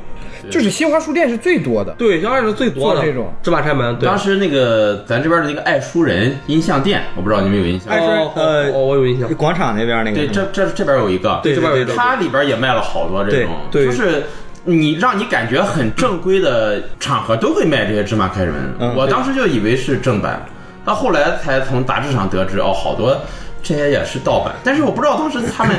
B: 就是新华书店是最多的，
C: 对，当然是最多的
B: 做这种
C: 芝麻开门，对
A: 当。时那个咱这边的那个爱书人音像店，我不知道你们有印象
D: 爱
A: 吗？
D: 书人
C: 哦，
D: 呃
C: 哦我有印象，
D: 广场那边那个
A: 对，这这这边有一个，
C: 对这边有一
D: 对
C: 个，
A: 它里边也卖了好多这种，
D: 对
A: 就
D: 对
A: 是。你让你感觉很正规的场合都会卖这些芝麻开门，
D: 嗯
A: 我当时就以为是正版，到后来才从杂志上得知哦，好多这些也是盗版。但是我不知道当时他们，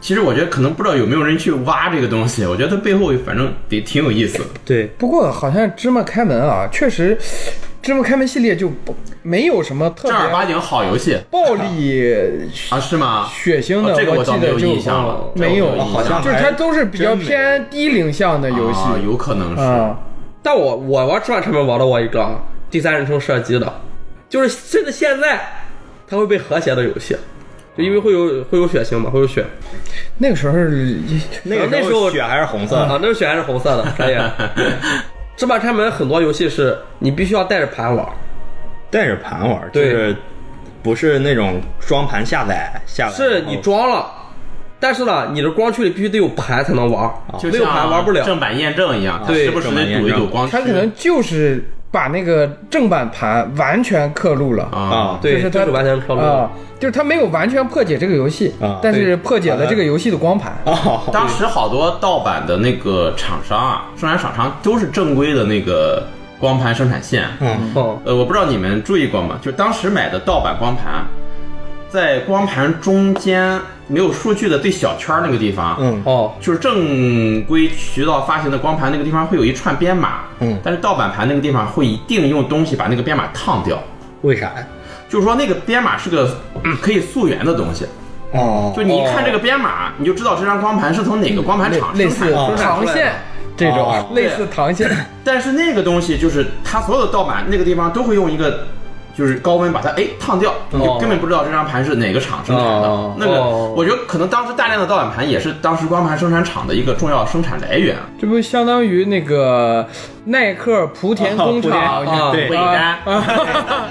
A: 其实我觉得可能不知道有没有人去挖这个东西，我觉得它背后反正得挺有意思。
D: 对
B: 不过好像芝麻开门啊，确实，芝麻开门系列就不没有什么特
A: 正儿八
B: 别
A: 经好游戏
B: 暴力、
A: 啊，是吗？
B: 血腥的，
A: 哦这个
B: 我
A: 倒
B: 记
A: 没
B: 得
A: 有
B: 就嗯
A: 印象了，
B: 没有
A: 这个我没印象
D: 好像
B: 就是它都是比较
D: 真没有
B: 偏低龄向的游戏
A: 啊有可能是。
B: 啊。
C: 但我我玩芝麻开门玩到过一个啊第三人称射击的，就是甚至现在它会被和谐的游戏，就因为会有会有血腥嘛，会有血
B: 那个时候
D: 那个
C: 那时候
D: 血还是红色的，
C: 啊，那个血还是红色 (laughs) 的，可以。芝麻开门很多游戏是你必须要带着盘玩，
D: 带着盘玩，就
C: 对
D: 是不是那种装盘下载下来，
C: 是你装了。但是呢，你的光驱里必须得有盘才能玩，
A: 就
C: 没有盘
A: 像
C: 玩不了。
A: 正版验证一样，
C: 对
A: 时不时得赌一赌光驱。
B: 它可能就是把那个正版盘完全刻录了。
A: 啊
D: 啊，
C: 对，
B: 就是
C: 这
B: 它
C: 是完全靠路
B: 啊，就是它没有完全破解这个游戏
D: 啊，
B: 但是
C: 对
B: 破解了这个游戏的光盘。
D: 哦，
A: 当时好多盗版的那个厂商啊，生产厂商都是正规的那个光盘生产线。
D: 嗯，
C: 哦，
A: 呃，我不知道你们注意过吗？就当时买的盗版光盘，在光盘中间没有数据的最小圈儿那个地方，
D: 嗯
C: 哦，
A: 就是正规渠道发行的光盘那个地方会有一串编码，
D: 嗯
A: 但是盗版盘那个地方会一定用东西把那个编码烫掉，
D: 为啥呀？
A: 就是说那个编码是个、嗯可以溯源的东西，
D: 哦
A: 就你一看这个编码，你就知道这张光盘是从哪个光盘厂
B: 类
A: 生产
B: 类似
A: 的。
D: 啊
B: 糖线这
D: 啊
B: 种，类似糖线，
A: 但是那个东西就是它所有的盗版那个地方都会用一个。就是高温把它哎烫掉，你就根本不知道这张盘是哪个厂生产的。
C: 哦
A: 那个，
C: 哦
A: 我觉得可能当时大量的盗版盘也是当时光盘生产厂的一个重要生产来源。
B: 这不相当于那个耐克莆田工厂
C: 啊
D: 对
A: 不应
B: 啊 (laughs)
A: 该。
B: 啊！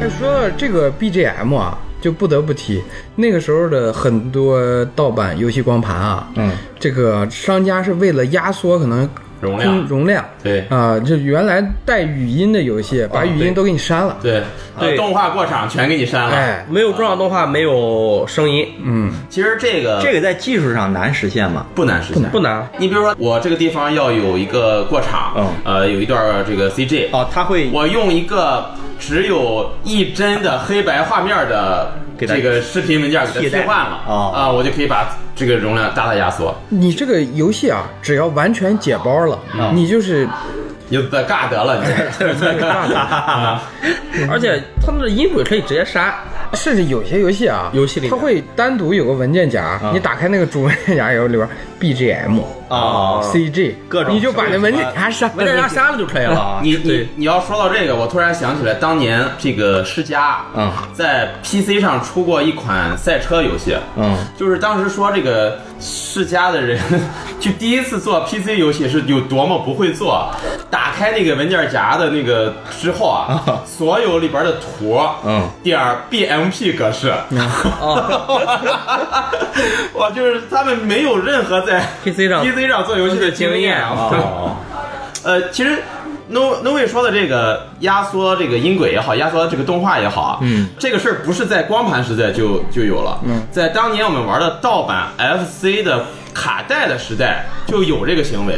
B: 但哎说到这个 BGM 啊，就不得不提那个时候的很多盗版游戏光盘啊，
D: 嗯，
B: 这个商家是为了压缩可能
A: 容量
B: 空容量，
A: 对
B: 啊，这原来带语音的游戏，把语音都给你删了，
A: 对，
C: 对
A: 呃动画过场全给你删了。
B: 哎，
C: 没有重要动画，没有声音，
B: 嗯，
A: 其实这个
D: 这个在技术上难实现嘛？
A: 呃不难实现，
C: 不难。
A: 你比如说，我这个地方要有一个过场，
D: 嗯
A: 呃，有一段这个 CG，、
D: 哦，它会
A: 我用一个只有一帧的黑白画面的
D: 给它
A: 这个视频文件给它替
D: 替代
A: 换了，啊、
D: 哦
A: 我就可以把这个容量大大压缩。
B: 你这个游戏啊，只要完全解包了，你就是
A: 你就在尬得了，你 (laughs) 在尬得啊！
C: 而且他们的音轨可以直接删，
B: 甚至有些游戏啊，
C: 游戏里面啊
B: 它会单独有个文件夹，你打开那个主文件夹以后，里边 BGM、
D: 啊
B: CG
D: 各种
B: 你就把那文件夹删了，
C: 文件夹删了就可以
B: 啊
C: 了。
D: 啊
A: 你
C: 对
A: 你你要说到这个，我突然想起来，当年这个世嘉，
D: 嗯
A: 在 PC 上出过一款赛车游戏，
D: 嗯
A: 就是当时说这个世嘉的人就第一次做 PC 游戏是有多么不会做，打开那个文件夹的那个之后啊，所有里边的图，
D: 嗯，
A: 点儿 BMP 格式，哦 (laughs) 我就是他们没有任何在
C: PC 上
A: PC 上做游戏的经验啊，
D: 哦，
A: (laughs) 呃，其实 No No Way 说的这个压缩这个音轨也好，压缩这个动画也好，啊
D: 嗯，
A: 这个事儿不是在光盘时代就就有了，嗯，在当年我们玩的盗版 FC 的卡带的时代就有这个行为。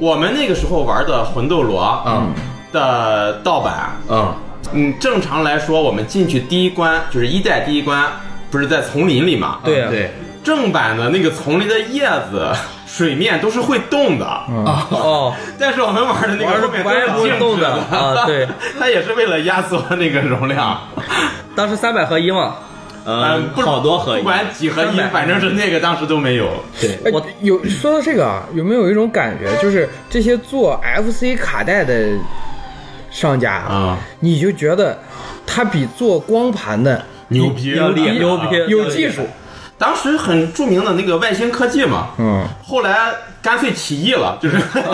A: 我们那个时候玩的《魂斗罗》
D: 嗯
A: 的盗版，
D: 嗯
A: 嗯，正常来说，我们进去第一关就是一代第一关，不是在丛林里嘛？
C: 对啊
D: 对
A: 正版的那个丛林的叶子、 (laughs) 水面都是会动的，
C: 哦，
A: 但是我们玩的那个后面都是静止
C: 玩的不动的啊对，
A: (laughs) 它也是为了压缩那个容量，呃
C: 当时三百合一嘛，
D: 嗯，
A: 不
D: 好多合
A: 不
D: 一，
A: 管几合一，反正是那个当时都没有。
D: 对
B: (laughs) 哎
C: 我
B: 有说到这个啊，有没有一种感觉，就是这些做 FC 卡带的商家
A: 啊，
B: 你就觉得它比做光盘的
A: 牛逼，
D: 要厉害
A: 牛
C: 牛逼
A: 逼！
B: 有技术。
A: 当时很著名的那个外星科技嘛，
B: 嗯，
A: 后来干脆起义了，就是 (laughs)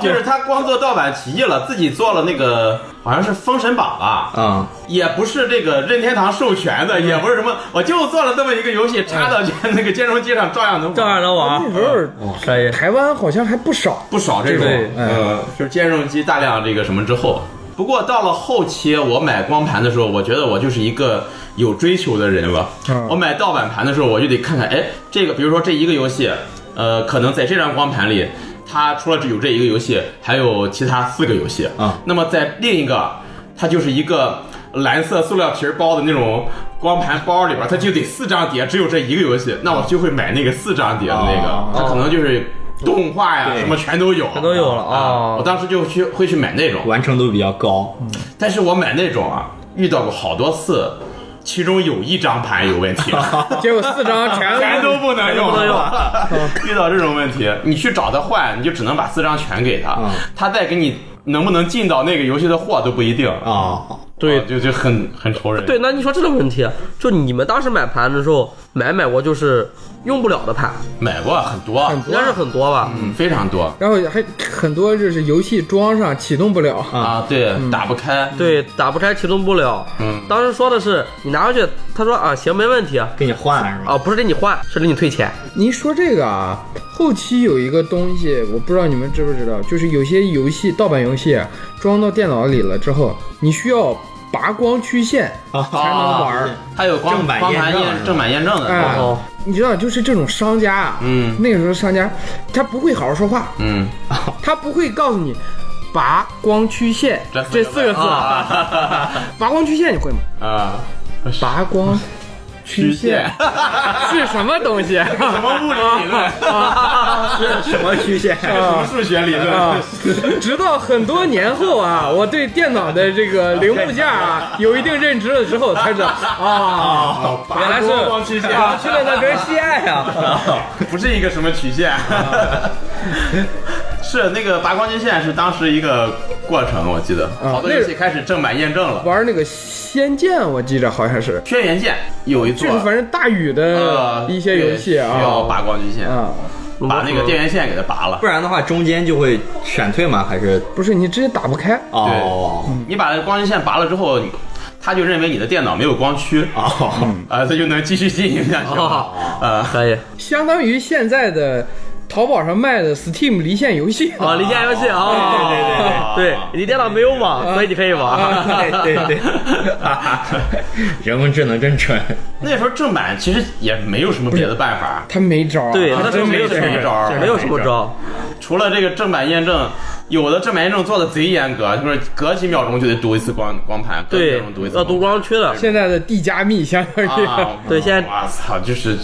A: 就是他光做盗版起义了，自己做了那个好像是《封神榜》吧，
D: 啊，
A: 也不是这个任天堂授权的，也不是什么，我就做了这么一个游戏，插到那个兼容机上，照样能玩
C: 照样能
B: 啊那
C: 玩，
B: 时候
C: 可以。
B: 台湾好像还不少。
A: 不少这种
C: 对，
A: 呃，就是兼容机大量这个什么之后。不过到了后期，我买光盘的时候，我觉得我就是一个有追求的人了。
B: 嗯
A: 我买盗版盘的时候，我就得看看，哎，这个比如说这一个游戏，呃，可能在这张光盘里，它除了只有这一个游戏，还有其他四个游戏
D: 啊
A: 那么在另一个，它就是一个蓝色塑料皮儿包的那种光盘包里边，它就得四张碟，只有这一个游戏，那我就会买那个四张碟的那个，
D: 哦
A: 它可能就是动画呀
D: 对
A: 什么全都有，啊
C: 全都有了哦
A: 我当时就去会去买那种，
D: 完成度比较高，
A: 但是我买那种啊，遇到过好多次，其中有一张盘有问题，
B: (laughs) 结果四张
C: (laughs)
B: 全
A: 全都不能用， (laughs) 遇到这种问题，你去找他换，你就只能把四张全给他
D: 嗯，
A: 他再给你能不能进到那个游戏的货都不一定。
D: 啊，
C: 对
A: 啊就就很很愁人。
C: 对，那你说这个问题，啊就你们当时买盘的时候，买没买过就是用不了的盘，
A: 买过很多，
B: 很
C: 应该是很多吧？
A: 嗯，非常多
B: 然后还很多就是游戏装上启动不了，
A: 啊，对，打不开，
C: 对，打不开，启动不了。
A: 嗯
C: 当时说的是你拿回去，他说啊，行，没问题啊，
D: 给你换是吧？
C: 不是给你换，是给你退钱。
B: 您说这个啊，后期有一个东西，我不知道你们知不知道，就是有些游戏盗版游戏啊装到电脑里了之后，你需要拔光曲线
D: 啊
B: 才能玩儿。
A: 还有光
D: 正版
A: 光盘
D: 验证是
A: 验
D: 吧
A: 正版验证的，
B: 哎
C: 哦，
B: 你知道，就是这种商家啊，
A: 嗯
B: 那个时候商家他不会好好说话，
A: 嗯，
B: 他不会告诉你拔光曲线
A: 这
B: 这四个字，
A: 啊
B: 拔光曲线你会吗？
A: 啊，
B: 拔光
A: 曲
B: 曲
A: 线 (laughs)
B: 线是什么东西？啊
A: 什么物理理论，
D: 是什么曲线？
A: 什 (laughs) 么数学理
B: 啊
A: 论，，
B: 直到很多年后啊，我对电脑的这个零部件啊有一定认知了之后，才知
A: (laughs)
B: 道啊，原来是
A: 拔光曲线
B: 啊去了那边西爱啊。
A: 不是一个什么曲线。是那个拔光曲线是当时一个过程，我记得好多游戏开始正版验证了。
B: 啊玩那个《仙剑》，我记着好像是，
A: 轩辕剑有一座
B: 就是反正大宇
A: 呃
B: 的一些游戏
A: 对需要拔
B: 啊，
A: 光曲线，
B: 啊，
A: 把那
C: 嗯
A: 个电源线给它拔了
D: 不。然的话，中间就会选退吗？还是
B: 不是你直接打不开，
D: 哦
B: 嗯
A: 你把光驱线拔了之后，你他就认为你的电脑没有光驱啊，
D: 哦
A: 呃，他就能继续进行下去了。呃，
B: 哦
C: 可以
B: 相当于现在的淘宝上卖的 Steam 离线游戏
C: 啊，
B: (laughs)
C: 离线游
A: (laughs)
C: 戏啊，
A: 哦对对对对嗯
C: 对你电脑没有网，所以你可
A: (laughs)
C: 以玩。
D: 对对对，
A: 啊
D: 人工智能真蠢。
A: 那时候正版其实也没有什么别的办法，
B: 他没招儿啊，
C: 对，那时候
A: 真
C: 没有
A: 没
C: 什么
A: 招儿啊
C: 没有什么招，
A: 除了这个正版验证，有的正版验证做的贼严格，就是隔几秒钟就得读一次光光盘，隔几秒
C: 对
A: 钟读一，次
C: 要
A: 光
C: 读
A: 盘。
C: 光驱的，
B: 现在的 D 加密相当于
A: 啊，
C: 对现在
A: 我操，就是，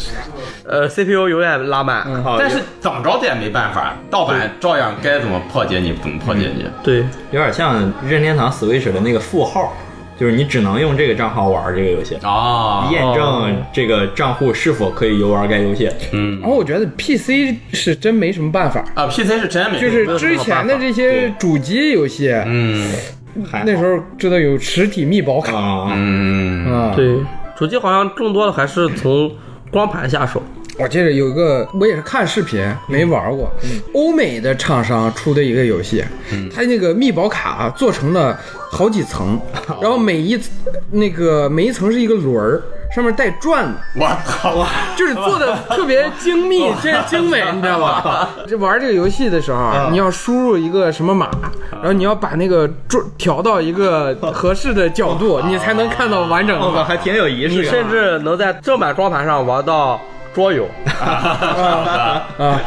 C: 呃，CPU 永远拉满。
D: 哦
A: 但是怎么着的也没办法，盗版照样该怎么破解你怎么破解你。
C: 对，
D: 有点像任天堂 Switch 的那个副号，就是你只能用这个账号玩这个游戏，
C: 嗯
A: 啊，
D: 验证这个账户是否可以游玩该游戏。
A: 嗯
B: 然后我觉得 PC 是真没什么办法，
A: 啊，PC 是真没用，
B: 就是之前的这些主机游戏，
A: 嗯
D: 还
B: 那时候知道有实体密保卡
D: 啊，
A: 嗯。
B: 啊。，
C: 对，主机好像更多的还是从光盘下手。
B: 我记得有个，我也是看视频，没玩过。欧美的厂商出的一个游戏，它那个密保卡啊做成了好几层，然后每一层那个每一层是一个轮儿，上面带转的。
A: 我操！我
B: 就是做的特别精密，这精美，你知道吧？这玩这个游戏的时候啊，你要输入一个什么码，然后你要把那个转调到一个合适的角度，你才能看到完整的
D: 我
B: 码。
D: 哦还挺有仪式
C: 你
A: 啊
D: 感。
C: 甚至能在正版光盘上玩到桌游，
B: 啊，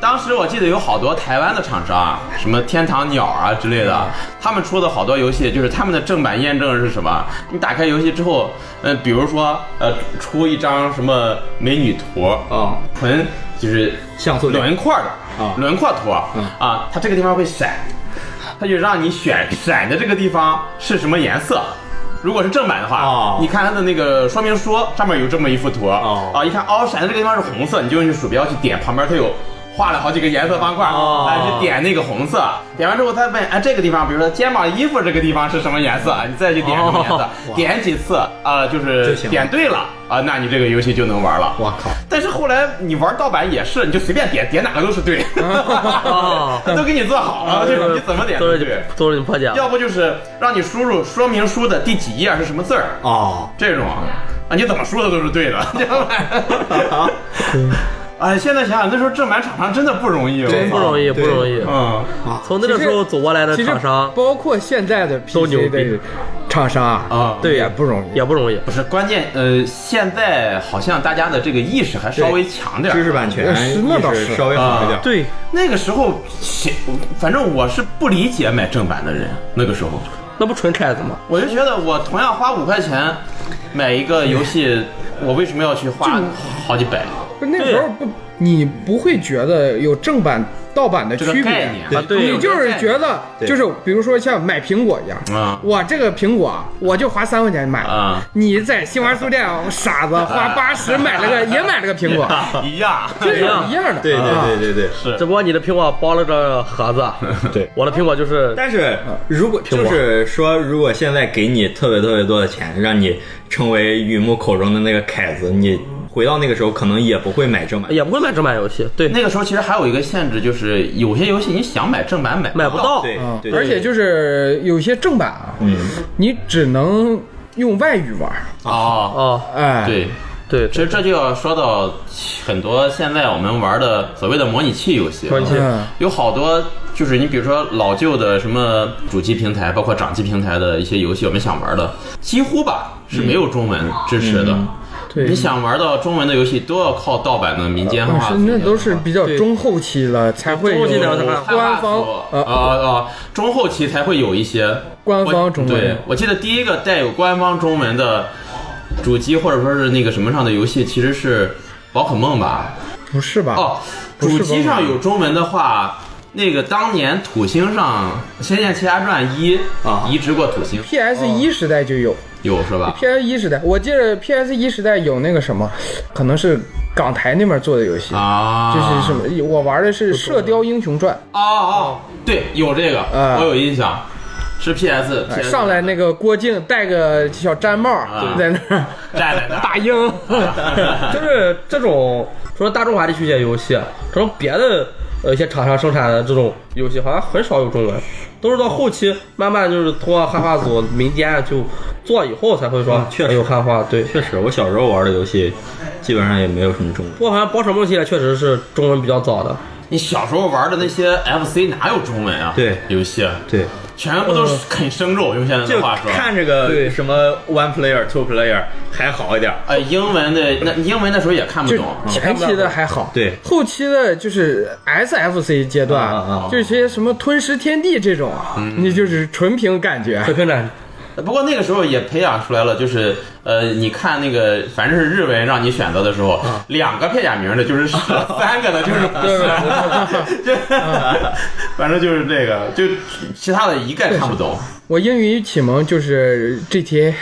A: 当时我记得有好多台湾的厂商啊，什么天堂鸟啊之类的，他们出的好多游戏，就是他们的正版验证是什么？你打开游戏之后，嗯、比如说呃，出一张什么美女图，呃
D: 啊，
A: 纯就是
D: 像素
A: 轮廓的
D: 啊
A: 轮廓图啊，它这个地方会闪，它就让你选闪的这个地方是什么颜色。如果是正版的
D: 哦
A: 话，你看它的那个说明书上面有这么一幅图
D: 哦
A: 啊，一看哦，闪的这个地方是红色，你就用鼠标去点，旁边它有画了好几个颜色方块，
C: 哦
A: 啊，你点那个红色，点完之后他问，哎，这个地方，比如说肩膀、衣服这个地方是什么颜色，你再去点什么颜色，点几次啊、就是
D: 哦就行了
A: 点对了啊、那你这个游戏就能玩了。
D: 我靠！
A: 但是后来你玩盗版也是，你就随便点，点哪个都是对， (laughs)
C: 哦
A: 他都给你做好了，就是你怎么点
C: 都
A: 都
C: 是你
A: 对。
C: 都是你破解了。
A: 要不就是让你输入说明书的第几页是什么字儿，
D: 哦，
A: 这种啊，你怎么说的都是对的，这样吧哎，现在想想那时候正版厂商真的不容易，
B: 真
A: 我
C: 不
A: 操
C: 容易，不
D: 对
C: 容易。
A: 嗯，
C: 从那个
B: 其实
C: 时候走过来的
B: 其实
C: 厂商
B: 包括现在的 PC
C: 都牛逼
B: 的厂商
A: 啊
B: 对也不容易。
C: 也不容易。
A: 不是关键，呃，现在好像大家的这个意识还稍微强点儿，
D: 知识版权
B: 呃那倒
D: 意识
B: 是
D: 稍微好一点。
A: 啊
C: 对，
A: 那个时候，谁反正我是不理解买正版的人，那个时候。
C: 那不纯凯子吗？
A: 我就觉得我同样花五块钱买一个游戏，我为什么要去花好几
C: (laughs)
A: 百？
B: 不是那时候不，你不会觉得有正版盗版的
A: 这个
B: 区别
A: 概念
D: 对
A: 啊，
C: 对
B: 你就是觉得，
D: 对
B: 就是比如说像买苹果一样，
A: 啊
B: 我这个苹果我就花三块钱买，
A: 啊
B: 你在新华书店啊傻子花八十买了个也买了个苹果，
A: 啊一样，
B: 这是一样的，
D: 对
B: 啊
D: 对对对对。
A: 是
C: 只不过你的苹果包了个盒子，
D: 对
C: 我的苹果就是
D: 但是
B: 啊
D: 如果
C: 果
D: 就是说，如果现在给你特别特别多的钱，让你成为雨木口中的那个凯子，你回到那个时候可能也不会买正
B: 哎
D: 版。
C: 也不会买正版游戏。对，
A: (laughs) 那个时候其实还有一个限制，就是有些游戏你想买正版买
C: 买不到
D: 对
B: 啊，
D: 对，嗯
B: 而且就是有些正版啊，
A: 嗯
B: 你只能用外语玩，
A: 哦，
C: 哦，
B: 哎，
A: 对。
C: 对，
A: 其实这就要说到很多现在我们玩的所谓的模拟器游戏，
C: 模拟器
B: 嗯，
A: 有好多就是你比如说老旧的什么主机平台，包括掌机平台的一些游戏，我们想玩的几乎吧是没有中文支持
B: 嗯
A: 的。
C: 对
A: 你想玩到中文的游戏，都要靠盗版的民间
B: 但
A: 化
B: 哦是
A: 组。
B: 那都是比较中后期了才会
C: 中后期
B: 有
C: 才会
A: 有
B: 官方
A: 啊
B: 呃
A: 啊！中后期才会有一些
B: 官方中文
A: 对，我记得第一个带有官方中文的主机或者说是那个什么上的游戏，其实是宝可梦吧？
B: 不是吧？
A: 哦，
B: 不是
A: 主
B: 吧
A: 机上有中文的话，那个当年土星上《仙剑奇侠传一》
D: 啊
A: 移植过土星，
B: PS
D: 嗯
B: 一时代就有
A: 有是吧？
B: ，PS 一时代，我记得 PS 一时代有那个什么，可能是港台那边做的游戏，
A: 啊，
B: 就是什？么，我玩的是《射雕英雄传
A: 哦哦，对，有这个，
B: 啊
A: 我有印象，是 PS，》，
B: 哎上来那个郭靖戴个小毡帽
A: 啊
B: 在那
D: (laughs)
B: 儿
A: 站在那儿
B: 打鹰，
C: (laughs) 就是这种除了大中华地区一些游戏，这种别的呃一些厂商生产的这种游戏，好像很少有中文，都是到后期慢慢就是通过汉化组民间就做以后才会说
A: 啊
D: 嗯确实
C: 有汉化。对，
D: 确实，我小时候玩的游戏基本上也没有什么中文。
C: 不过好像宝可梦系列确实是中文比较早的，
A: 你小时候玩的那些 FC 哪有中文啊？
D: 对
A: 游戏
D: 对，
A: 全部都
B: 嗯
A: 是啃生肉，用现在
D: 就
A: 的话说。啊
D: 看这个什么 one player two player 还好一点，
A: 呃，英文的那英文那时候也看不
B: 就
A: 懂，嗯
B: 前期的还好，
D: 嗯对
B: 后期的就是 SFC 阶段，
D: 嗯嗯嗯嗯嗯
B: 就是些什么吞食天地这种，你就是纯凭感
A: 哎
B: 觉。
D: 嗯
C: 水平展
A: 不过那个时候也培养出来了，就是呃，你看那个凡是日文让你选择的时候，两个片假名的就是是，三个的就是不是， (laughs) 就反正就是这个，就其他的一概看不懂。
B: 我英语启蒙就是
D: (laughs)
B: GTA，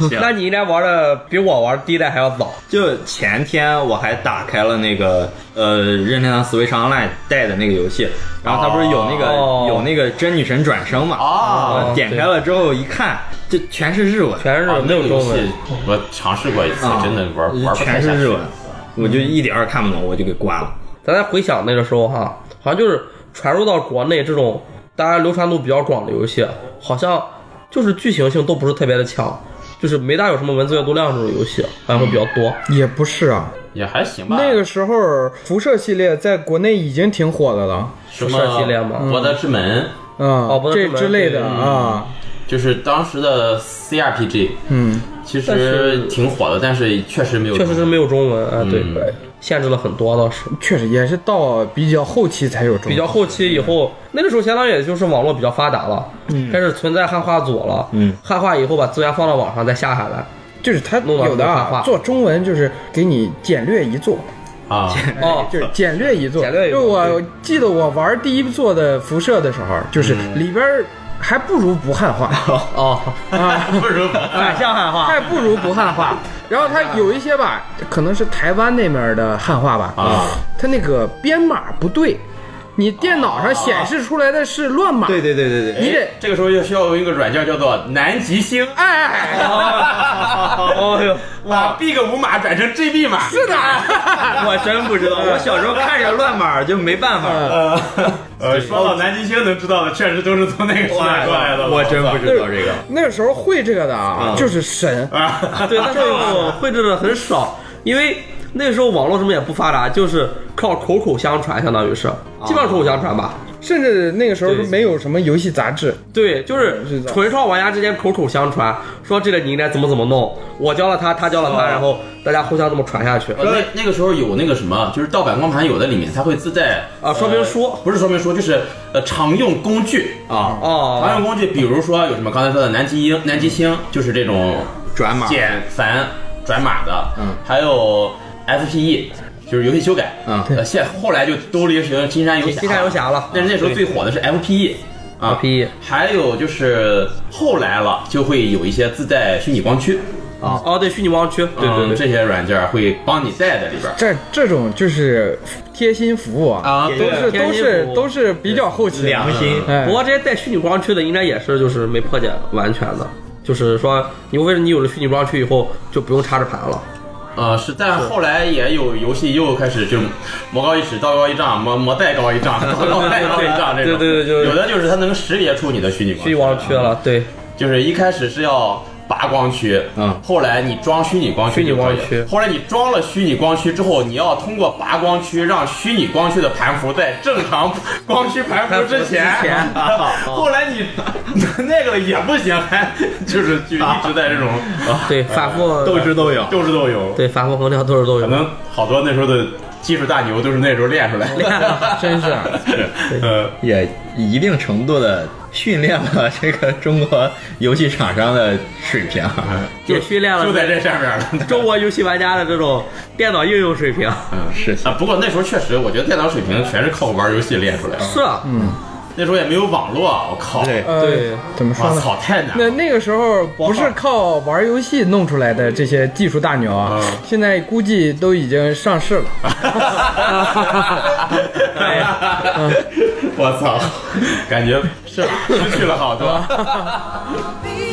B: 就是
C: 那你应该玩的比我玩第一代还要早。
D: 就前天我还打开了那个呃任天堂 Switch Online 带的那个游戏，然后它不是有那个、
C: 哦
D: 有那个真女神转生嘛？
A: 哦
D: 呃点开了之后一看，就全是日文，
C: 全是日文
A: 啊那个
C: 没有
A: 游
C: 中文
A: 戏我尝试过一次，
D: 啊
A: 真的玩玩不太
D: 全
A: 下
D: 是日
A: 去
D: 文。，我就一点儿也看不懂，我就给关了。
C: 咱再回想那个时候哈，好像就是传入到国内这种大家流传度比较广的游戏，好像就是剧情性都不是特别的强，就是没大有什么文字阅读量这种游戏，好像会比较多。
B: 也不是啊，
A: 也还行吧。
B: 那个时候辐射系列在国内已经挺火的了，
A: 什
C: 辐射系列吗
A: 么博德之门，
B: 嗯，
C: 哦不是
B: 这
C: 日本
B: 之类
C: 对
B: 的啊，
A: 就是当时的 CRPG，
B: 嗯，
A: 其
C: 但
A: 实
C: 是
A: 挺火的，但是确实没有
C: 确
A: 中文，
C: 实是没有中文啊，对，
A: 嗯
C: 限制了很多倒是。
B: 确实也是到比较后期才有中文
C: 比较后期以后，那个时候相当于也就是网络比较发达了，开始存在汉化组了，
D: 嗯
C: 汉化以后把资源放到网上再下下来，
B: 就是他
C: 弄到
B: 有的
C: 汉化
B: 啊，做中文就是给你简略一做，
A: 啊。
C: 哦，
B: (laughs) 就是简略一做。
C: 简略一做
B: 就我记得我玩第一座的辐射的时候，就是里边还不如不汉化
C: 哦，
B: 啊。
A: (laughs) 不如
C: 反向汉化，
B: 还不如不汉化。然后它有一些吧，可能是台湾那面的汉化吧，
A: 啊，
B: 它那个编码不对，你电脑上显示出来的是乱码。
D: 对对对对对，
B: 你得
A: 哎这个时候就需要用一个软件叫做南极
C: (laughs)
A: 星，
B: 哎，
C: 哦
A: (laughs)
C: 呦，
A: 把 B 个五码转成 GB 码。
B: 是的，
D: 哎我真不知道，我小时候看着乱码就没办法了。
A: 哎
D: (laughs)
A: 呃，呃，说到南极星能知道的，确实都是从那个时代过来的。
D: 我真不知道这个。
B: 那时候会这个的啊，就是神。
A: 啊，
C: (laughs) 对，那时候我绘制的很少，因为那时候网络什么也不发达，就是靠口口相传，相当于是，基本上口口相传吧。
B: 甚至那个时候都没有什么游戏杂志，
C: 对，就是纯创玩家之间口口相传，说这个你应该怎么怎么弄，我教了他，他教了他，然后大家互相这么传下去。
A: 哦那那个时候有那个什么，就是盗版光盘，有的里面它会自带
C: 啊说明书
A: 呃不是说明书，就是呃常用工具啊常
C: 哦，
A: 用工具，比如说有什么刚才说的南极鹰、南极星，就是这种
D: 转码
A: 简繁转码的，
D: 嗯，
A: 还有 FPE，就是游戏修改，
D: 嗯
A: 呃，现后来就都流行金山游侠，
C: 金山游侠了
A: 但是那时候最火的是 FPE。啊
C: FPE
A: 还有就是后来了，就会有一些自带虚拟光驱，啊
C: 哦，对，虚拟光驱，对对
A: 嗯
C: 对，
A: 这些软件会帮你带在里边儿。
B: 这这种就是贴心服务啊，
C: 啊
B: 都是
C: 天
B: 都
C: 津
B: 是
C: 服
B: 都是比较后期的
D: 良心
B: 哎
C: 不过这些带虚拟光驱的，应该也是就是没破解完全的，就是说，你为了你有了虚拟光驱以后，就不用插着盘了。
A: 呃，是，但后来也有游戏又开始就魔高一尺，道高一丈，魔魔带高一
C: (laughs)
A: 丈，道高带高一丈这种。
C: 对对对就是
A: 有的就是它能识别出你的虚拟光
C: 虚拟光驱了，啊对，
A: 就是一开始是要拔光驱，
D: 嗯
A: 后来你装虚拟光驱就可以了，
C: 虚拟光驱
A: 后来你装了虚拟光驱之后，你要通过拔光驱让虚拟光驱的盘符在正常光驱盘符之前，
C: 之前
A: 后来你 (laughs) 那个也不行，还 (laughs) 就是就一直在这种啊
C: 对，反复
D: 斗智斗勇，
A: 斗智斗勇，
C: 对，反复横跳都是都
A: 可
C: 有。
A: 能好多那时候的技术大牛都是那时候练出来的，
B: 真是
A: 是， (laughs) 呃，
D: 也一定程度的训练了这个中国游戏厂商的水平。
C: 也训练
A: 就
C: 了
A: 在这上面了。
C: 中国游戏玩家的这种电脑应用水平。
D: 是
A: 啊，不过那时候确实，我觉得电脑水平全是靠玩游戏练出来的。
C: 是啊，
A: 那时候也没有网络，啊我靠！
D: 对
B: 呃
C: 对
B: 怎么说
A: 我
B: 呢？
A: 操，太难
B: 那
A: 了。
B: 那个时候不是靠玩游戏弄出来的这些技术大牛啊
A: 嗯，
B: 现在估计都已经上市了。
A: 哎 (laughs) 我操，感觉是失去了好多。
E: Be